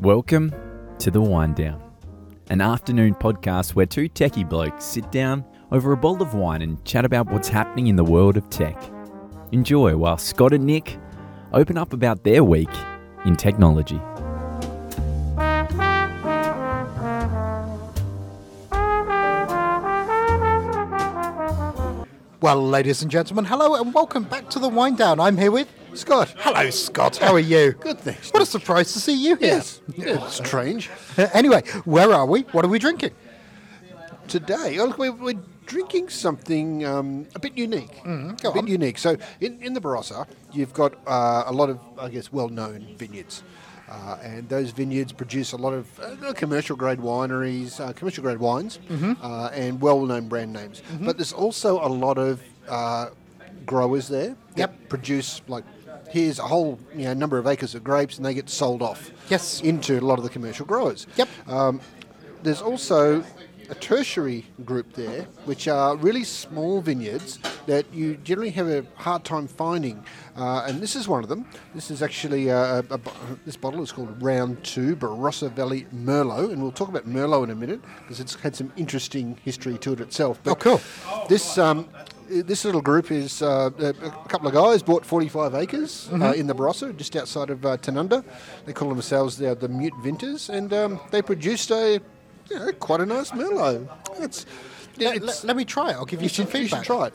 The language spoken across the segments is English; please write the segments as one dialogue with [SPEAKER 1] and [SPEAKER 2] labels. [SPEAKER 1] Welcome to The Wine Down, an afternoon podcast where two techie blokes sit down over a bowl of wine and chat about what's happening in the world of tech. Enjoy while Scott and Nick open up about their week in technology.
[SPEAKER 2] Well, ladies and gentlemen, hello and welcome back to the Wind Down. I'm here with Scott.
[SPEAKER 3] Hello, Scott.
[SPEAKER 2] How are you?
[SPEAKER 3] Good, thanks.
[SPEAKER 2] What a surprise to see you here. Uh,
[SPEAKER 3] Yes. Yeah, strange.
[SPEAKER 2] anyway, where are we? What are we drinking?
[SPEAKER 3] Today, oh, look, we're, we're drinking something um, a bit unique.
[SPEAKER 2] Mm-hmm. go
[SPEAKER 3] a bit
[SPEAKER 2] on.
[SPEAKER 3] unique. So, in, in the Barossa, you've got uh, a lot of, I guess, well known vineyards. Uh, and those vineyards produce a lot of uh, commercial grade wineries, uh, commercial grade wines,
[SPEAKER 2] Mm-hmm.
[SPEAKER 3] uh, and well known brand names. But there's also a lot of uh, growers there
[SPEAKER 2] Yep.
[SPEAKER 3] that produce, like, here's a whole you know, number of acres of grapes, and they get sold off
[SPEAKER 2] Yes.
[SPEAKER 3] into a lot of the commercial growers.
[SPEAKER 2] Yep.
[SPEAKER 3] Um, there's also a tertiary group there, which are really small vineyards that you generally have a hard time finding. Uh, and this is one of them. This is actually uh, a, a bo- this bottle is called Round Two Barossa Valley Merlot, and we'll talk about Merlot in a minute because it's had some interesting history to it itself. But
[SPEAKER 2] Oh, cool.
[SPEAKER 3] This. Um, this little group is uh, a a couple of guys bought 45 acres uh,
[SPEAKER 2] Mm-hmm.
[SPEAKER 3] in the Barossa, just outside of uh, Tanunda. They call themselves the, the Mute Vinters, and um, they produced a you know, quite a nice Merlot. It's, yeah,
[SPEAKER 2] Let,
[SPEAKER 3] it's-
[SPEAKER 2] let- let me try it. I'll give you
[SPEAKER 3] you,
[SPEAKER 2] some
[SPEAKER 3] should, you should
[SPEAKER 2] feedback.
[SPEAKER 3] try it.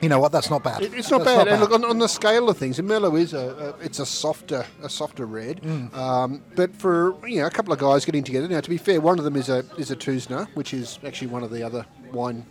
[SPEAKER 2] You know what? That's not bad.
[SPEAKER 3] It- It's not
[SPEAKER 2] That's
[SPEAKER 3] bad. And look, on, on the scale of things, a Merlot is a, a it's a softer a softer red.
[SPEAKER 2] Mm.
[SPEAKER 3] Um, but for you know a couple of guys getting together now, to be fair, one of them is a is a Tusner, which is actually one of the other wine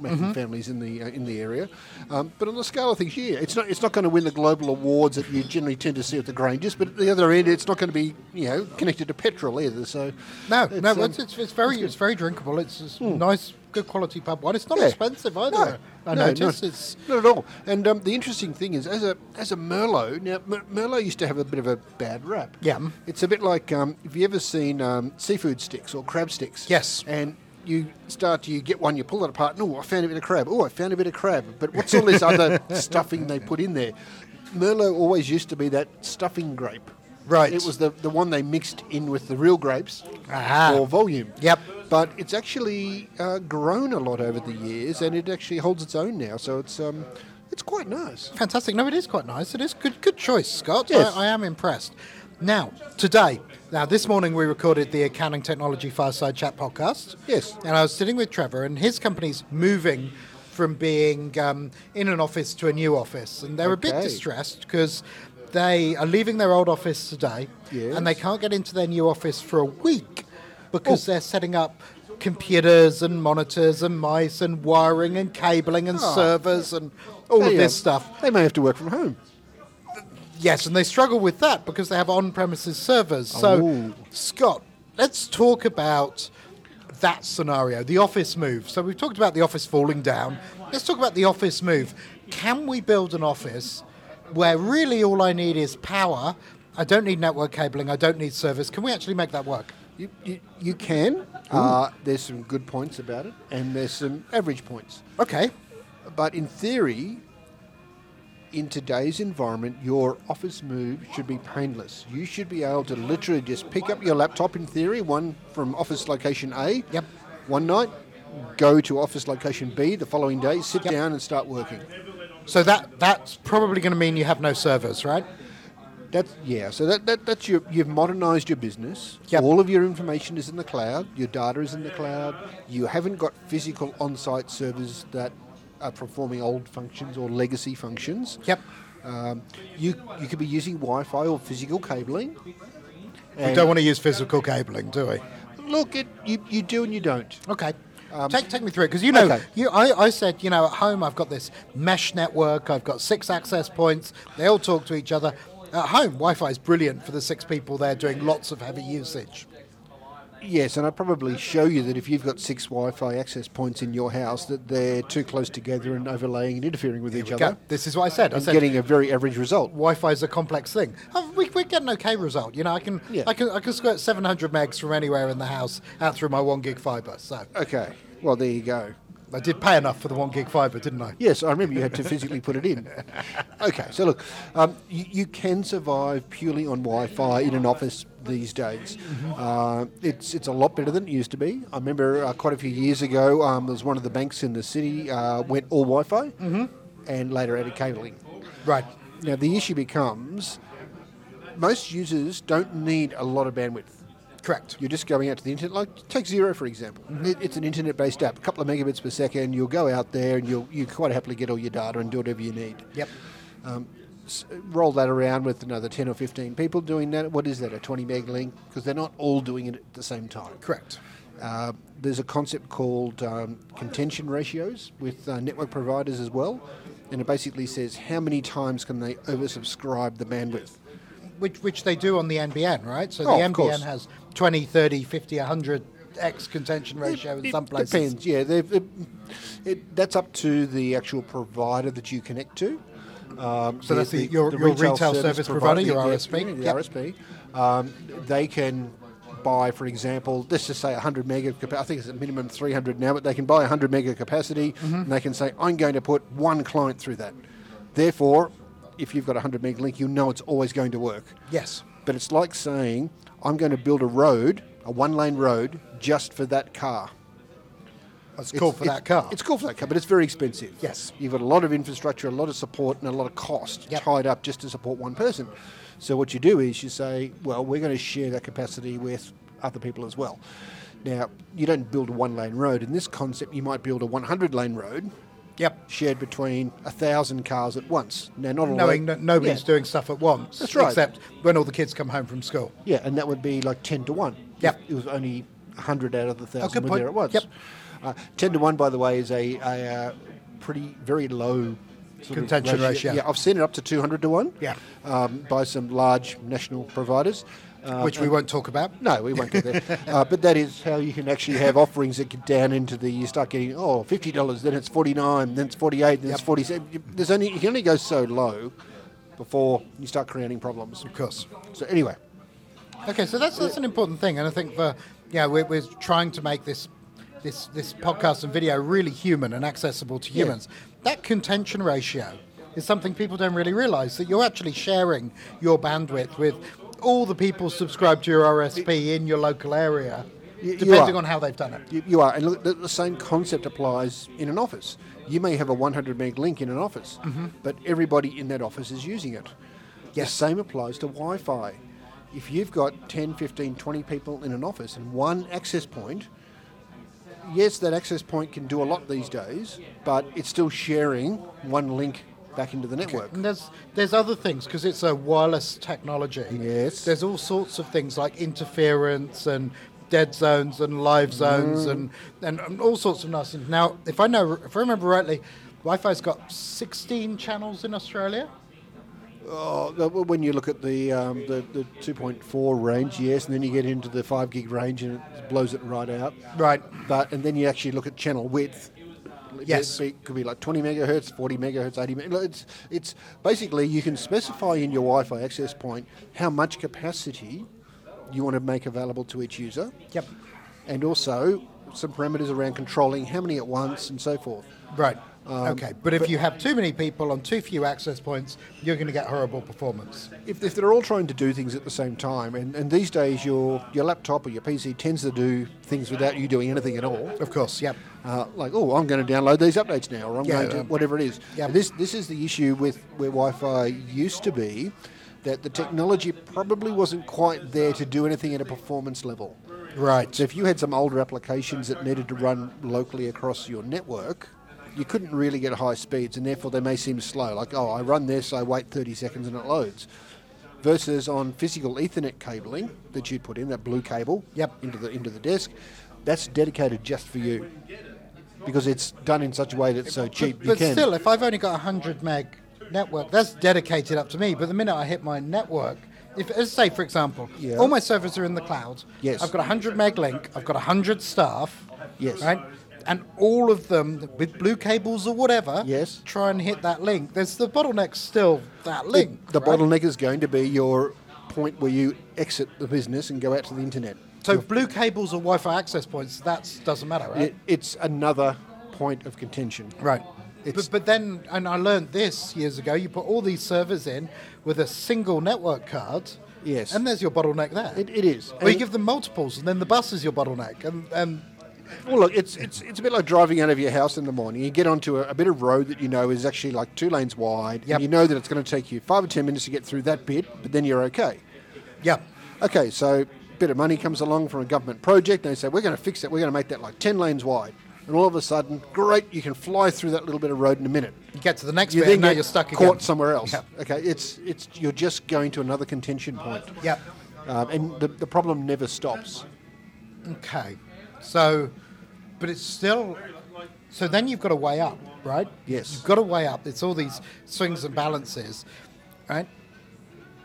[SPEAKER 3] making
[SPEAKER 2] Mm-hmm.
[SPEAKER 3] families in the uh, in the area. Um, but on the scale of things, yeah, it's not it's not going to win the global awards that you generally tend to see at the Grangers. But at the other end, it's not going to be you know connected to petrol either. So
[SPEAKER 2] no, no,
[SPEAKER 3] um, Hmm.
[SPEAKER 2] it's, it's, it's very, it's, very drinkable. It's, it's nice, good quality pub wine. It's not
[SPEAKER 3] Yeah.
[SPEAKER 2] expensive either. I
[SPEAKER 3] no,
[SPEAKER 2] noticed
[SPEAKER 3] not,
[SPEAKER 2] it's
[SPEAKER 3] not at all. And um, the interesting thing is, as a as a Merlot, now Mer- Merlot used to have a bit of a bad rap.
[SPEAKER 2] Yeah.
[SPEAKER 3] it's a bit like um, have you ever seen um, seafood sticks or crab sticks?
[SPEAKER 2] Yes.
[SPEAKER 3] and you start to you get one, you pull it apart, and oh, I found a bit of crab. Oh, I found a bit of crab. But what's all this other stuffing they put in there? Merlot always used to be that stuffing grape.
[SPEAKER 2] Right.
[SPEAKER 3] It was the, the one they mixed in with the real grapes
[SPEAKER 2] Aha.
[SPEAKER 3] for volume.
[SPEAKER 2] Yep.
[SPEAKER 3] But it's actually uh, grown a lot over the years, and it actually holds its own now. So it's um, it's quite nice.
[SPEAKER 2] fantastic. No, it is quite nice. It is good. Good choice, Scott.
[SPEAKER 3] Yes.
[SPEAKER 2] I, I am impressed. Now, today, now this morning we recorded the Accounting Technology Fireside Chat podcast.
[SPEAKER 3] Yes.
[SPEAKER 2] And I was sitting with Trevor, and his company's moving from being um, in an office to a new office, and they're a bit
[SPEAKER 3] Okay.
[SPEAKER 2] distressed because they are leaving their old office today, and they
[SPEAKER 3] Yes. Oh.
[SPEAKER 2] can't get into their new office for a week because they're setting up. Computers and monitors and mice and wiring and cabling and servers and all
[SPEAKER 3] Ah.
[SPEAKER 2] of
[SPEAKER 3] They, uh,
[SPEAKER 2] this stuff.
[SPEAKER 3] They may have to work from home.
[SPEAKER 2] Yes, and they struggle with that because they have on-premises servers. So,
[SPEAKER 3] Oh.
[SPEAKER 2] Scott, let's talk about that scenario, the office move. So we've talked about the office falling down. Let's talk about the office move. Can we build an office where really all I need is power? I don't need network cabling. I don't need service. Can we actually make that work?
[SPEAKER 3] You, you, you can. Uh, there's some good points about it, and there's some average points.
[SPEAKER 2] Okay.
[SPEAKER 3] But in theory, in today's environment, your office move should be painless. You should be able to literally just pick up your laptop, in theory, one from office location A,
[SPEAKER 2] Yep.
[SPEAKER 3] one night, go to office location B the following day, sit
[SPEAKER 2] Yep.
[SPEAKER 3] down and start working.
[SPEAKER 2] So that that's probably going to mean you have no servers, right?
[SPEAKER 3] That's yeah. So that, that that's your you've modernised your business.
[SPEAKER 2] Yep.
[SPEAKER 3] All of your information is in the cloud. Your data is in the cloud. You haven't got physical on-site servers that are performing old functions or legacy functions.
[SPEAKER 2] Yep.
[SPEAKER 3] Um, you you could be using Wi-Fi or physical cabling.
[SPEAKER 2] We
[SPEAKER 3] And-
[SPEAKER 2] don't want to use physical cabling, do we?
[SPEAKER 3] Look, it you, you do and you don't.
[SPEAKER 2] Okay. take, take me through it because you know
[SPEAKER 3] Um, okay.
[SPEAKER 2] you, I, I said you know at home I've got this mesh network I've got six access points they all talk to each other at home Wi-Fi is brilliant for the six people there doing lots of heavy usage
[SPEAKER 3] Yes, and I probably show you that if you've got six Wi-Fi access points in your house, that they're too close together and overlaying and interfering with each
[SPEAKER 2] Okay,
[SPEAKER 3] other,
[SPEAKER 2] this is what I said I
[SPEAKER 3] and
[SPEAKER 2] said
[SPEAKER 3] getting a very average result.
[SPEAKER 2] Wi-Fi is a complex thing oh, we, we get an okay result you know I can
[SPEAKER 3] Yeah.
[SPEAKER 2] I can I can squirt 700 megs from anywhere in the house out through my one gig fiber so
[SPEAKER 3] Okay, well there you go.
[SPEAKER 2] I did pay enough for the one gig fibre, didn't I?
[SPEAKER 3] Yes, I remember you had to physically put it in. Okay, so look, um, you, you can survive purely on Wi-Fi in an office these days. Uh, it's it's a lot better than it used to be. I remember uh, quite a few years ago, um, there was one of the banks in the city uh, went all Wi-Fi, and later added cabling.
[SPEAKER 2] Right.
[SPEAKER 3] Now the issue becomes, most users don't need a lot of bandwidth.
[SPEAKER 2] Correct.
[SPEAKER 3] You're just going out to the internet, like take Zero for example. It, it's an internet-based app, a couple of megabits per second. You'll go out there and you'll you quite happily get all your data and do whatever you need.
[SPEAKER 2] Yep.
[SPEAKER 3] S- roll that around with another ten or fifteen people doing that. What is that? A twenty meg link? Because they're not all doing it at the same time.
[SPEAKER 2] Correct.
[SPEAKER 3] Uh, there's a concept called um, contention ratios with uh, network providers as well, and it basically says how many times can they oversubscribe the bandwidth.
[SPEAKER 2] Which, which they do on the NBN, right? So
[SPEAKER 3] Oh,
[SPEAKER 2] the
[SPEAKER 3] of
[SPEAKER 2] NBN
[SPEAKER 3] course.
[SPEAKER 2] has 20, 30, 50, 100 X contention ratio in
[SPEAKER 3] It
[SPEAKER 2] some places.
[SPEAKER 3] Depends, yeah. They've, it, it, that's up to the actual provider that you connect to. Um,
[SPEAKER 2] So that's the- your- your retail service provider, your
[SPEAKER 3] the-
[SPEAKER 2] RSP?
[SPEAKER 3] The,
[SPEAKER 2] Yep.
[SPEAKER 3] RSP. Um, they can buy, for example, let's just say 100 mega capacity. I think it's a minimum 300 now, but they can buy 100 mega capacity
[SPEAKER 2] Mm-hmm.
[SPEAKER 3] and they can say, I'm going to put one client through that. Therefore, if you've got a 100 meg link, you know it's always going to work.
[SPEAKER 2] Yes.
[SPEAKER 3] But it's like saying, I'm going to build a road, a one lane road, just for that car.
[SPEAKER 2] That's cool
[SPEAKER 3] It's-
[SPEAKER 2] for
[SPEAKER 3] it's-
[SPEAKER 2] that car.
[SPEAKER 3] It's cool for that car, but it's very expensive.
[SPEAKER 2] Yes.
[SPEAKER 3] You've got a lot of infrastructure, a lot of support, and a lot of cost
[SPEAKER 2] Yep.
[SPEAKER 3] tied up just to support one person. So what you do is you say, well, we're going to share that capacity with other people as well. Now, you don't build a one lane road. In this concept, you might build a 100 lane road
[SPEAKER 2] Yep.
[SPEAKER 3] shared between a thousand cars at once. Now, not all
[SPEAKER 2] Knowing that nobody's
[SPEAKER 3] Yeah.
[SPEAKER 2] doing stuff at once.
[SPEAKER 3] That's right.
[SPEAKER 2] Except when all the kids come home from school.
[SPEAKER 3] Yeah, and that would be like 10 to 1.
[SPEAKER 2] Yep. Oh,
[SPEAKER 3] If It was only 100 out of the 1,000
[SPEAKER 2] good
[SPEAKER 3] were
[SPEAKER 2] point.
[SPEAKER 3] there at once.
[SPEAKER 2] Yep.
[SPEAKER 3] Uh, 10 to 1, by the way, is a, a uh, pretty, very low sort of
[SPEAKER 2] Contention ratio.
[SPEAKER 3] Yeah, I've seen it up to 200 to 1
[SPEAKER 2] Yeah.
[SPEAKER 3] um, by some large national providers. Uh,
[SPEAKER 2] which we won't talk about.
[SPEAKER 3] no, we won't go there. uh, but that is how you can actually have offerings that get down into the. You start getting oh, fifty dollars, then it's forty nine, then it's forty eight, then it's
[SPEAKER 2] Yep.
[SPEAKER 3] forty seven. There's only you can only go so low before you start creating problems.
[SPEAKER 2] Of course.
[SPEAKER 3] So anyway,
[SPEAKER 2] Okay, so that's that's an important thing, and I think for yeah, we're, we're trying to make this this this podcast and video really human and accessible to
[SPEAKER 3] Yeah.
[SPEAKER 2] humans. That contention ratio is something people don't really realise that you're actually sharing your bandwidth with all the people subscribed to your RSP in your local area,
[SPEAKER 3] you
[SPEAKER 2] depending
[SPEAKER 3] are.
[SPEAKER 2] on how they've done it.
[SPEAKER 3] You, you are, and look, the, the same concept applies in an office. You may have a 100 meg link in an office, but everybody in that office is using it. The
[SPEAKER 2] Yes.
[SPEAKER 3] same applies to Wi Fi. If you've got 10, 15, 20 people in an office and one access point, yes, that access point can do a lot these days, but it's still sharing one link back into the network.
[SPEAKER 2] And there's there's other things because it's a wireless technology.
[SPEAKER 3] Yes.
[SPEAKER 2] There's all sorts of things like interference and dead zones and live zones and, and and all sorts of nasty things. Now, if I know if I remember rightly, Wi-Fi's got 16 channels in Australia.
[SPEAKER 3] Oh, the- when you look at the, um, the the 2.4 range, yes, and then you get into the 5 gig range and it blows it right out.
[SPEAKER 2] Right.
[SPEAKER 3] But and then you actually look at channel width. It
[SPEAKER 2] Yes.
[SPEAKER 3] be- could be like 20 megahertz, 40 megahertz, 80 megahertz. It's, it's basically you can specify in your Wi-Fi access point how much capacity you want to make available to each user,
[SPEAKER 2] Yep.
[SPEAKER 3] and also some parameters around controlling how many at once and so forth.
[SPEAKER 2] Right. okay. Um, But if you have too many people on too few access points, you're going to get horrible performance.
[SPEAKER 3] if, if they're all trying to do things at the same time, and, and these days your your laptop or your PC tends to do things without you doing anything at all.
[SPEAKER 2] Of course. Yep.
[SPEAKER 3] Uh, like, oh, I'm going to download these updates now, or I'm
[SPEAKER 2] Yeah,
[SPEAKER 3] going to
[SPEAKER 2] yeah.
[SPEAKER 3] whatever it is.
[SPEAKER 2] Yeah.
[SPEAKER 3] This this is the issue with where Wi-Fi used to be, that the technology probably wasn't quite there to do anything at a performance level.
[SPEAKER 2] Right.
[SPEAKER 3] So if you had some older applications that needed to run locally across your network, you couldn't really get high speeds, and therefore they may seem slow. Like, oh, I run this, I wait 30 seconds and it loads. Versus on physical Ethernet cabling that you put in that blue cable
[SPEAKER 2] Yep.
[SPEAKER 3] into the into the desk, that's dedicated just for you because it's done in such a way that it's so cheap.
[SPEAKER 2] But,
[SPEAKER 3] you
[SPEAKER 2] but
[SPEAKER 3] can.
[SPEAKER 2] still, if I've only got a 100 meg network, that's dedicated up to me. But the minute I hit my network, if let's say, for example,
[SPEAKER 3] Yeah.
[SPEAKER 2] all my servers are in the cloud.
[SPEAKER 3] Yes.
[SPEAKER 2] I've got a 100 meg link. I've got a 100 staff.
[SPEAKER 3] Yes.
[SPEAKER 2] Right? And all of them with blue cables or whatever.
[SPEAKER 3] Yes.
[SPEAKER 2] Try and hit that link. There's the bottleneck still that link.
[SPEAKER 3] the
[SPEAKER 2] right?
[SPEAKER 3] bottleneck is going to be your point where you exit the business and go out to the internet.
[SPEAKER 2] So blue cables or Wi-Fi access points, that doesn't matter, right?
[SPEAKER 3] It, it's another point point of contention.
[SPEAKER 2] Right.
[SPEAKER 3] It's-
[SPEAKER 2] but, but then, and I learned this years ago, you put all these servers in with a single network card.
[SPEAKER 3] Yes.
[SPEAKER 2] And there's your bottleneck there.
[SPEAKER 3] It, it is.
[SPEAKER 2] or you
[SPEAKER 3] And-
[SPEAKER 2] give them multiples, and then the bus is your bottleneck. And, and
[SPEAKER 3] Well, look, it's, it's it's a bit like driving out of your house in the morning. You get onto a, a bit of road that you know is actually like two lanes wide,
[SPEAKER 2] Yep.
[SPEAKER 3] and you know that it's going to take you five or ten minutes to get through that bit, but then you're okay.
[SPEAKER 2] yeah,
[SPEAKER 3] Okay, so bit of money comes along from a government project, and they say we're going to fix it. We're going to make that like ten lanes wide, and all of a sudden, great, you can fly through that little bit of road in a minute.
[SPEAKER 2] you get to the next
[SPEAKER 3] You
[SPEAKER 2] bit,
[SPEAKER 3] then
[SPEAKER 2] and now
[SPEAKER 3] get
[SPEAKER 2] you're stuck
[SPEAKER 3] caught
[SPEAKER 2] again.
[SPEAKER 3] somewhere else.
[SPEAKER 2] Yeah.
[SPEAKER 3] Okay, it's it's you're just going to another contention point,
[SPEAKER 2] Yeah.
[SPEAKER 3] um, and the, the problem never stops.
[SPEAKER 2] Okay. So, but it's still. So then you've got to weigh up, right?
[SPEAKER 3] Yes.
[SPEAKER 2] You've got to weigh up. It's all these swings and balances, right?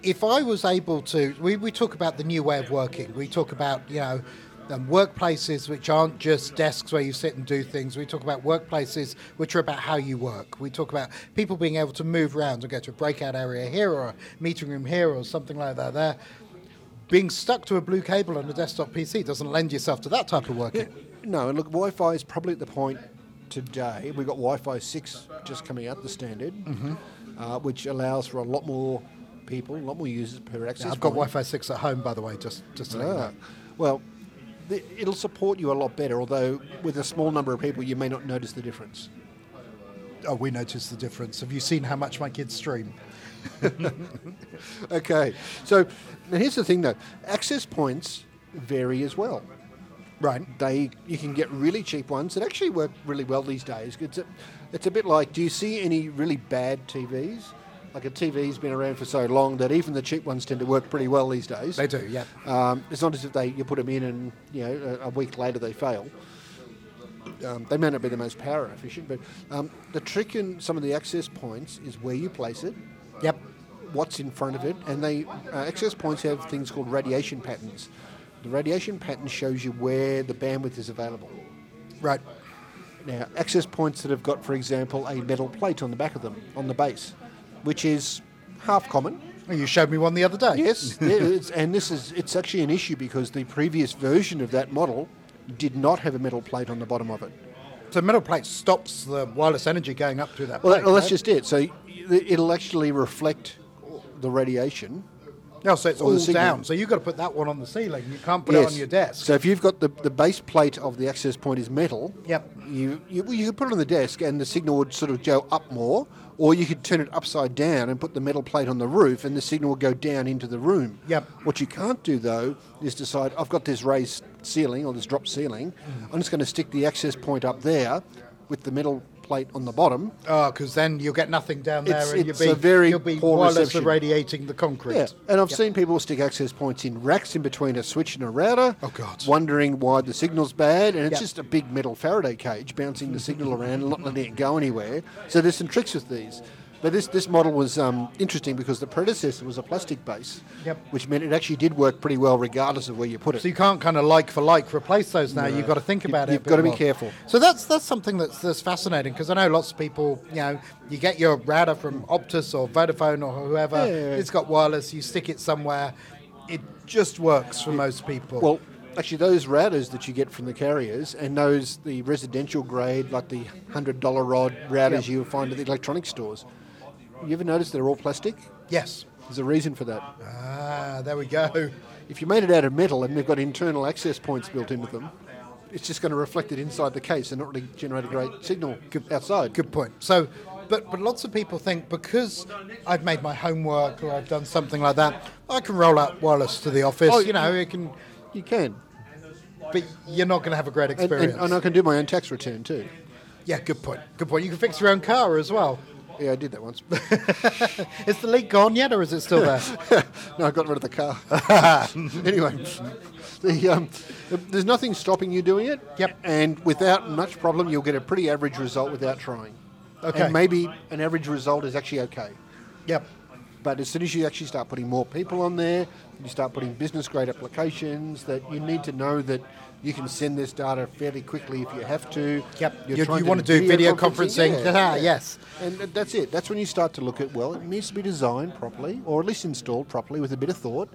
[SPEAKER 2] If I was able to, we, we talk about the new way of working. We talk about, you know, um, workplaces which aren't just desks where you sit and do things. We talk about workplaces which are about how you work. We talk about people being able to move around and go to a breakout area here or a meeting room here or something like that there. Being stuck to a blue cable on a desktop PC doesn't lend yourself to that type of working.
[SPEAKER 3] No, and look, Wi-Fi is probably at the point today. We've got Wi-Fi six just coming out, the standard,
[SPEAKER 2] Mm-hmm.
[SPEAKER 3] uh, which allows for a lot more people, a lot more users per access.
[SPEAKER 2] I've got
[SPEAKER 3] point.
[SPEAKER 2] Wi-Fi six at home, by the way. Just just to let you
[SPEAKER 3] Ah,
[SPEAKER 2] know.
[SPEAKER 3] well, th- it'll support you a lot better. Although with a small number of people, you may not notice the difference.
[SPEAKER 2] Oh, we noticed the difference. Have you seen how much my kids stream?
[SPEAKER 3] Okay, so now here's the thing though: access points vary as well.
[SPEAKER 2] Right.
[SPEAKER 3] They you can get really cheap ones that actually work really well these days. It's a, it's a bit like do you see any really bad TVs? Like a TV's been around for so long that even the cheap ones tend to work pretty well these days.
[SPEAKER 2] They do, yeah.
[SPEAKER 3] Um, it's not as if they you put them in and you know a, a week later they fail. Um, they may not be the most power efficient, but um, the trick in some of the access points is where you place it,
[SPEAKER 2] Yep.
[SPEAKER 3] what's in front of it, and they uh, access points have things called radiation patterns. The radiation pattern shows you where the bandwidth is available.
[SPEAKER 2] Right.
[SPEAKER 3] Now, access points that have got, for example, a metal plate on the back of them on the base, which is half common.
[SPEAKER 2] You showed me one the other day.
[SPEAKER 3] Yes, yeah, it's, and this is it's actually an issue because the previous version of that model did not have a metal plate on the bottom of it.
[SPEAKER 2] So metal plate stops the wireless energy going up through that.
[SPEAKER 3] Well,
[SPEAKER 2] plate,
[SPEAKER 3] that, well that's
[SPEAKER 2] right?
[SPEAKER 3] just it. So y- it'll actually reflect the radiation
[SPEAKER 2] no. Oh, So it's
[SPEAKER 3] or the
[SPEAKER 2] all
[SPEAKER 3] signal.
[SPEAKER 2] down. So you've got to put that one on the ceiling. You can't put it on your desk.
[SPEAKER 3] So if you've got the, the base plate of the access point is metal,
[SPEAKER 2] Yep.
[SPEAKER 3] you, you, well, you could put it on the desk and the signal would sort of go up more, or you could turn it upside down and put the metal plate on the roof and the signal would go down into the room.
[SPEAKER 2] Yep.
[SPEAKER 3] What you can't do though is decide, I've got this raised ceiling or this drop ceiling,
[SPEAKER 2] Mm.
[SPEAKER 3] I'm just going to stick the access point up there with the metal plate on the bottom.
[SPEAKER 2] Oh, because then you'll get nothing down there,
[SPEAKER 3] It's-
[SPEAKER 2] and you'll
[SPEAKER 3] it's
[SPEAKER 2] be
[SPEAKER 3] a very
[SPEAKER 2] you'll be
[SPEAKER 3] poor
[SPEAKER 2] wirelessly
[SPEAKER 3] reception.
[SPEAKER 2] radiating the concrete.
[SPEAKER 3] Yeah, and I've seen people stick access points in racks in between a switch and a router.
[SPEAKER 2] Oh, God.
[SPEAKER 3] Wondering why the signal's bad, and it's
[SPEAKER 2] Yep.
[SPEAKER 3] just a big metal Faraday cage bouncing the signal around and not letting it go anywhere. So there's some tricks with these. But this, this model was um, interesting because the predecessor was a plastic base,
[SPEAKER 2] Yep.
[SPEAKER 3] which meant it actually did work pretty well regardless of where you put it.
[SPEAKER 2] So you can't kind of like for like replace those now. You've got to think
[SPEAKER 3] You-
[SPEAKER 2] about it.
[SPEAKER 3] you've
[SPEAKER 2] a bit
[SPEAKER 3] gotta be
[SPEAKER 2] more.
[SPEAKER 3] careful.
[SPEAKER 2] So that's that's something that's that's fascinating because I know lots of people. You know, you get your router from Optus or Vodafone or whoever.
[SPEAKER 3] yeah, yeah.
[SPEAKER 2] It's got wireless. You stick it somewhere. It just works for most people.
[SPEAKER 3] Well, actually, those routers that you get from the carriers and those the residential grade, like the hundred dollar rod routers
[SPEAKER 2] Yep.
[SPEAKER 3] you'll find at the electronic stores. You ever notice they're all plastic?
[SPEAKER 2] yes.
[SPEAKER 3] There's a reason for that.
[SPEAKER 2] Ah, there we go.
[SPEAKER 3] If you made it out of metal and they've got internal access points built into them, it's just going to reflect it inside the case and not really generate a great signal outside.
[SPEAKER 2] Good point. So, but but lots of people think because I've made my homework or I've done something like that, I can roll out wireless to the office.
[SPEAKER 3] Oh,
[SPEAKER 2] you know, it can.
[SPEAKER 3] You can.
[SPEAKER 2] But you're not going to have a great
[SPEAKER 3] And,
[SPEAKER 2] experience.
[SPEAKER 3] and, and I can do my own tax return too.
[SPEAKER 2] Yeah, good point. Good point. You can fix your own car as well.
[SPEAKER 3] Yeah, I did that once.
[SPEAKER 2] Is the leak gone yet, or is it still there?
[SPEAKER 3] no, I got rid of the car. anyway, the, um, there's nothing stopping you doing it.
[SPEAKER 2] Yep.
[SPEAKER 3] And without much problem, you'll get a pretty average result without trying.
[SPEAKER 2] Okay.
[SPEAKER 3] And maybe an average result is actually okay.
[SPEAKER 2] yep.
[SPEAKER 3] But as soon as you actually start putting more people on there, you start putting business grade applications that you need to know that you can send this data fairly quickly if you have to.
[SPEAKER 2] Yep.
[SPEAKER 3] You're
[SPEAKER 2] You-
[SPEAKER 3] trying
[SPEAKER 2] you wanna do video conferencing. Ta-ta, yes.
[SPEAKER 3] And th- that's it. That's when you start to look at, well, it needs to be designed properly or at least installed properly with a bit of thought.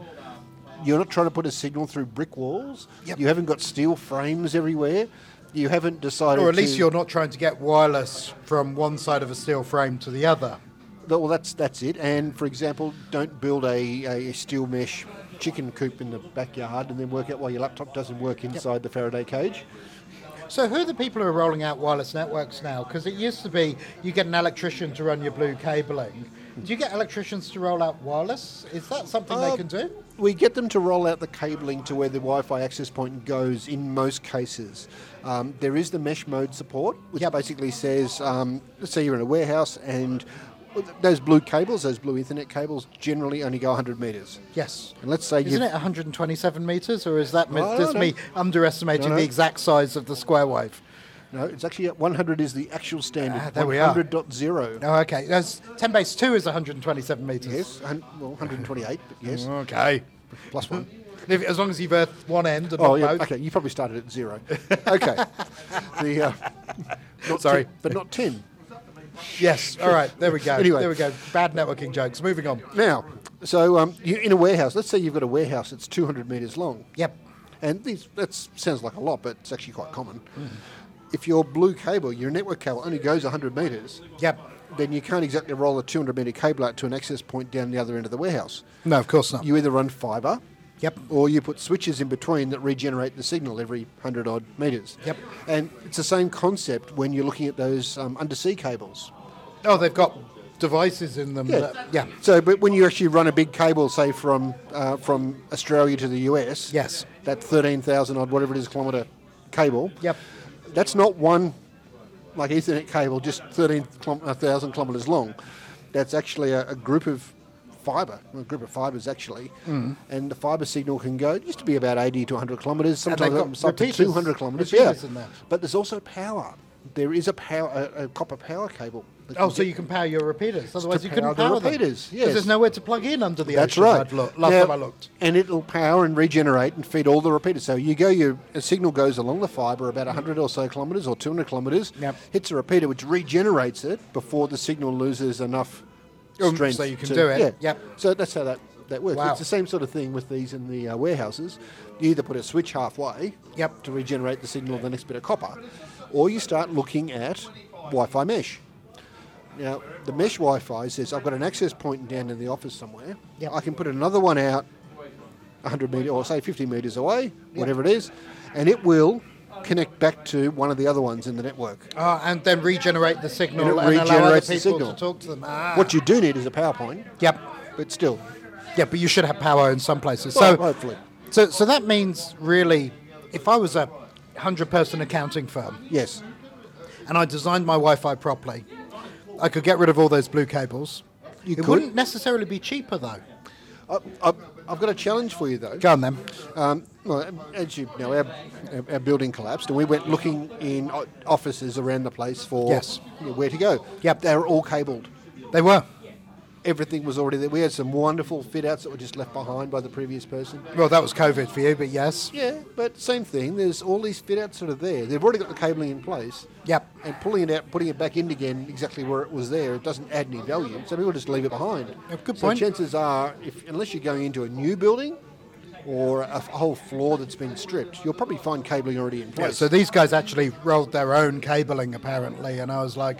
[SPEAKER 3] You're not trying to put a signal through brick walls.
[SPEAKER 2] Yep.
[SPEAKER 3] You haven't got steel frames everywhere. you haven't decided.
[SPEAKER 2] Or at least
[SPEAKER 3] to-
[SPEAKER 2] you're not trying to get wireless from one side of a steel frame to the other.
[SPEAKER 3] Th- Well, that's that's it. And for example, don't build a, a steel mesh chicken coop in the backyard and then work out why your laptop doesn't work inside the Faraday cage.
[SPEAKER 2] So who are the people who are rolling out wireless networks now? Because it used to be you get an electrician to run your blue cabling. Do you get electricians to roll out wireless? Is that something they
[SPEAKER 3] Uh,
[SPEAKER 2] can do?
[SPEAKER 3] We get them to roll out the cabling to where the Wi-Fi access point goes. In most cases, um, there is the mesh mode support, which
[SPEAKER 2] Yep.
[SPEAKER 3] basically says, um, let's say you're in a warehouse and those blue cables, those blue Ethernet cables, generally only go 100 meters.
[SPEAKER 2] Yes.
[SPEAKER 3] And let's say
[SPEAKER 2] Isn't
[SPEAKER 3] you've-
[SPEAKER 2] it 127 meters, or is that mi-
[SPEAKER 3] I
[SPEAKER 2] just
[SPEAKER 3] don't
[SPEAKER 2] me
[SPEAKER 3] know.
[SPEAKER 2] underestimating
[SPEAKER 3] No, no.
[SPEAKER 2] the exact size of the square wave?
[SPEAKER 3] No, it's actually 100 is the actual standard.
[SPEAKER 2] Ah, there we are.
[SPEAKER 3] 100.0.
[SPEAKER 2] Oh, okay. That's 10 base 2 is 127 meters.
[SPEAKER 3] Yes, hun- well, 128, but yes,
[SPEAKER 2] Okay.
[SPEAKER 3] plus one.
[SPEAKER 2] If, as long as you've earthed one end and
[SPEAKER 3] Oh,
[SPEAKER 2] not
[SPEAKER 3] yeah.
[SPEAKER 2] both.
[SPEAKER 3] Okay, you probably started at zero. Okay. the, uh, not
[SPEAKER 2] Sorry.
[SPEAKER 3] 10, but not 10.
[SPEAKER 2] Yes. All right. There we go.
[SPEAKER 3] Anyway.
[SPEAKER 2] There we go. Bad networking jokes. Moving on.
[SPEAKER 3] Now, so um, you, in a warehouse, let's say you've got a warehouse that's 200 metres long.
[SPEAKER 2] Yep.
[SPEAKER 3] And these, that sounds like a lot, but it's actually quite common. If your blue cable, your network cable, only goes 100 metres,
[SPEAKER 2] Yep.
[SPEAKER 3] then you can't exactly roll a 200 metre cable out to an access point down the other end of the warehouse.
[SPEAKER 2] No, of course not.
[SPEAKER 3] You either run fibre,
[SPEAKER 2] Yep.
[SPEAKER 3] or you put switches in between that regenerate the signal every 100 odd metres.
[SPEAKER 2] Yep.
[SPEAKER 3] And it's the same concept when you're looking at those um, undersea cables.
[SPEAKER 2] Oh, they've got devices in them. That, yeah.
[SPEAKER 3] So, but when you actually run a big cable, say from uh, from Australia to the US,
[SPEAKER 2] Yes.
[SPEAKER 3] that 13,000 odd whatever it is kilometre cable,
[SPEAKER 2] Yep.
[SPEAKER 3] that's not one like Ethernet cable just 13,000 kilometres long. That's actually a, a group of fibre, a group of fibres actually,
[SPEAKER 2] Hmm.
[SPEAKER 3] and the fibre signal can go it used to be about 80 to 100 kilometres,
[SPEAKER 2] And they've
[SPEAKER 3] sometimes
[SPEAKER 2] got
[SPEAKER 3] it's up to
[SPEAKER 2] repeaters-
[SPEAKER 3] 200 kilometres. Yeah,
[SPEAKER 2] repeaters in there.
[SPEAKER 3] but there's also power. There is a power, a, a copper power cable. that
[SPEAKER 2] Oh,
[SPEAKER 3] can
[SPEAKER 2] so
[SPEAKER 3] get-
[SPEAKER 2] you can power your repeaters. Otherwise, you
[SPEAKER 3] power
[SPEAKER 2] couldn't
[SPEAKER 3] the
[SPEAKER 2] power them.
[SPEAKER 3] repeaters,
[SPEAKER 2] 'Cause
[SPEAKER 3] yes.
[SPEAKER 2] there's nowhere to plug in under the
[SPEAKER 3] That's
[SPEAKER 2] ocean.
[SPEAKER 3] right.
[SPEAKER 2] I'd look- last
[SPEAKER 3] Now-
[SPEAKER 2] time I looked.
[SPEAKER 3] And it'll power and regenerate and feed all the repeaters. So you go, your a signal goes along the fibre about 100 or so kilometres or 200 kilometres,
[SPEAKER 2] Yep.
[SPEAKER 3] hits a repeater which regenerates it before the signal loses enough
[SPEAKER 2] Um,
[SPEAKER 3] strength.
[SPEAKER 2] so you can
[SPEAKER 3] to-
[SPEAKER 2] do it.
[SPEAKER 3] Yeah.
[SPEAKER 2] Yep.
[SPEAKER 3] So that's how that, that works.
[SPEAKER 2] Wow.
[SPEAKER 3] It's the same sort of thing with these in the uh, warehouses. You either put a switch halfway
[SPEAKER 2] Yep.
[SPEAKER 3] to regenerate the signal of the next bit of copper, or you start looking at Wi Fi mesh. Now, the mesh Wi Fi says I've got an access point down in the office somewhere.
[SPEAKER 2] Yep.
[SPEAKER 3] I can put another one out 100 metres or say 50 metres away, whatever it is, and it will connect back to one of the other ones in the network.
[SPEAKER 2] Ah, and then regenerate the signal
[SPEAKER 3] And
[SPEAKER 2] and, allow
[SPEAKER 3] it
[SPEAKER 2] other
[SPEAKER 3] regenerates the
[SPEAKER 2] people
[SPEAKER 3] signal.
[SPEAKER 2] to talk to them. Ah.
[SPEAKER 3] What you do need is a PowerPoint,
[SPEAKER 2] Yep.
[SPEAKER 3] but still,
[SPEAKER 2] Yeah, but you should have power in some places.
[SPEAKER 3] Well,
[SPEAKER 2] so
[SPEAKER 3] hopefully.
[SPEAKER 2] So, so that means really, if I was a hundred-person accounting firm
[SPEAKER 3] yes.
[SPEAKER 2] and I designed my Wi-Fi properly, I could get rid of all those blue cables.
[SPEAKER 3] You
[SPEAKER 2] it
[SPEAKER 3] could.
[SPEAKER 2] wouldn't necessarily be cheaper though.
[SPEAKER 3] I, I, I've got a challenge for you though.
[SPEAKER 2] Go on then.
[SPEAKER 3] Um, well, as you know, our, our- our building collapsed, and we went looking in o- offices around the place for
[SPEAKER 2] Yes.
[SPEAKER 3] you know, where to go.
[SPEAKER 2] Yep.
[SPEAKER 3] they were all cabled.
[SPEAKER 2] They were.
[SPEAKER 3] Everything was already there. We had some wonderful fit outs that were just left behind by the previous person.
[SPEAKER 2] Well, that was COVID for you, but yes.
[SPEAKER 3] Yeah, but same thing. There's all these fit outs that are there. They've already got the cabling in place.
[SPEAKER 2] Yep.
[SPEAKER 3] And pulling it out, putting it back in again exactly where it was there, it doesn't add any value. So people just leave it behind.
[SPEAKER 2] Yeah, good
[SPEAKER 3] so
[SPEAKER 2] point.
[SPEAKER 3] chances are, if unless you're going into a new building or a f- whole floor that's been stripped, you'll probably find cabling already in place.
[SPEAKER 2] So these guys actually rolled their own cabling apparently, and I was like,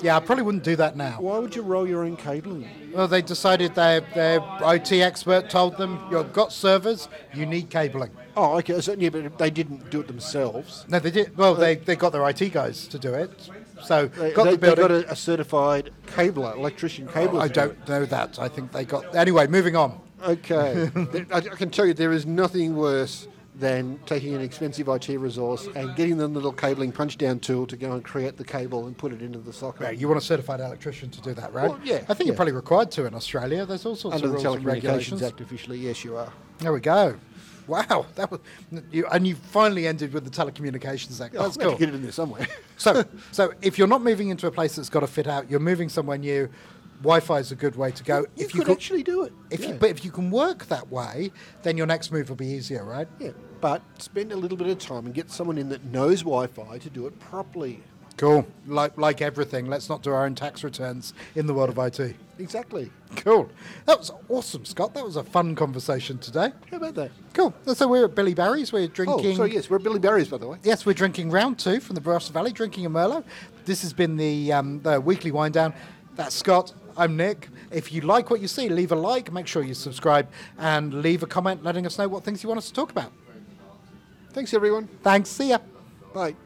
[SPEAKER 2] yeah, I probably wouldn't do that now.
[SPEAKER 3] why would you roll your own cabling?
[SPEAKER 2] Well, they decided their their IT expert told them, you've got servers, you need cabling.
[SPEAKER 3] Oh, okay. So, yeah, but they didn't do it themselves.
[SPEAKER 2] No, they did. Well, they, they got their IT guys to do it. So
[SPEAKER 3] Uh, They
[SPEAKER 2] got
[SPEAKER 3] they,
[SPEAKER 2] the
[SPEAKER 3] they
[SPEAKER 2] building.
[SPEAKER 3] got a, a certified cabler, electrician cabler.
[SPEAKER 2] I don't know that. I think they got. Anyway, moving on.
[SPEAKER 3] Okay. There- I I can tell you there is nothing worse than taking an expensive IT resource and getting the little cabling punch down tool to go and create the cable and put it into the socket.
[SPEAKER 2] Right, You want a certified electrician to do that, right?
[SPEAKER 3] Well, yeah,
[SPEAKER 2] I think
[SPEAKER 3] yeah.
[SPEAKER 2] you're probably required to in Australia. There's all sorts
[SPEAKER 3] Under
[SPEAKER 2] of
[SPEAKER 3] the
[SPEAKER 2] rules and
[SPEAKER 3] Telecommunications
[SPEAKER 2] regulations.
[SPEAKER 3] Act officially, yes, you are.
[SPEAKER 2] There we go. Wow, that was you, and you finally ended with the telecommunications act. That's
[SPEAKER 3] I've got to
[SPEAKER 2] cool.
[SPEAKER 3] get it in there somewhere.
[SPEAKER 2] So, so if you're not moving into a place that's got to fit out, you're moving somewhere new. Wi-Fi is a good way to go.
[SPEAKER 3] you
[SPEAKER 2] if
[SPEAKER 3] could
[SPEAKER 2] can,
[SPEAKER 3] actually do it.
[SPEAKER 2] if you,
[SPEAKER 3] yeah.
[SPEAKER 2] but if you can work that way, then your next move will be easier, right?
[SPEAKER 3] Yeah, but spend a little bit of time and get someone in that knows Wi-Fi to do it properly.
[SPEAKER 2] Cool. Like, like everything, let's not do our own tax returns in the world of IT.
[SPEAKER 3] Exactly.
[SPEAKER 2] Cool. That was awesome, Scott. That was a fun conversation today.
[SPEAKER 3] How about that?
[SPEAKER 2] Cool. So we're at Billy Barry's. We're drinking.
[SPEAKER 3] Oh, so yes, we're at Billy Barry's, by the way.
[SPEAKER 2] Yes, we're drinking round two from the Barossa Valley, drinking a Merlot. This has been the, um, the weekly wind down. That's Scott. I'm Nick. If you like what you see, leave a like, make sure you subscribe, and leave a comment letting us know what things you want us to talk about.
[SPEAKER 3] Thanks, everyone.
[SPEAKER 2] Thanks. See ya.
[SPEAKER 3] Bye.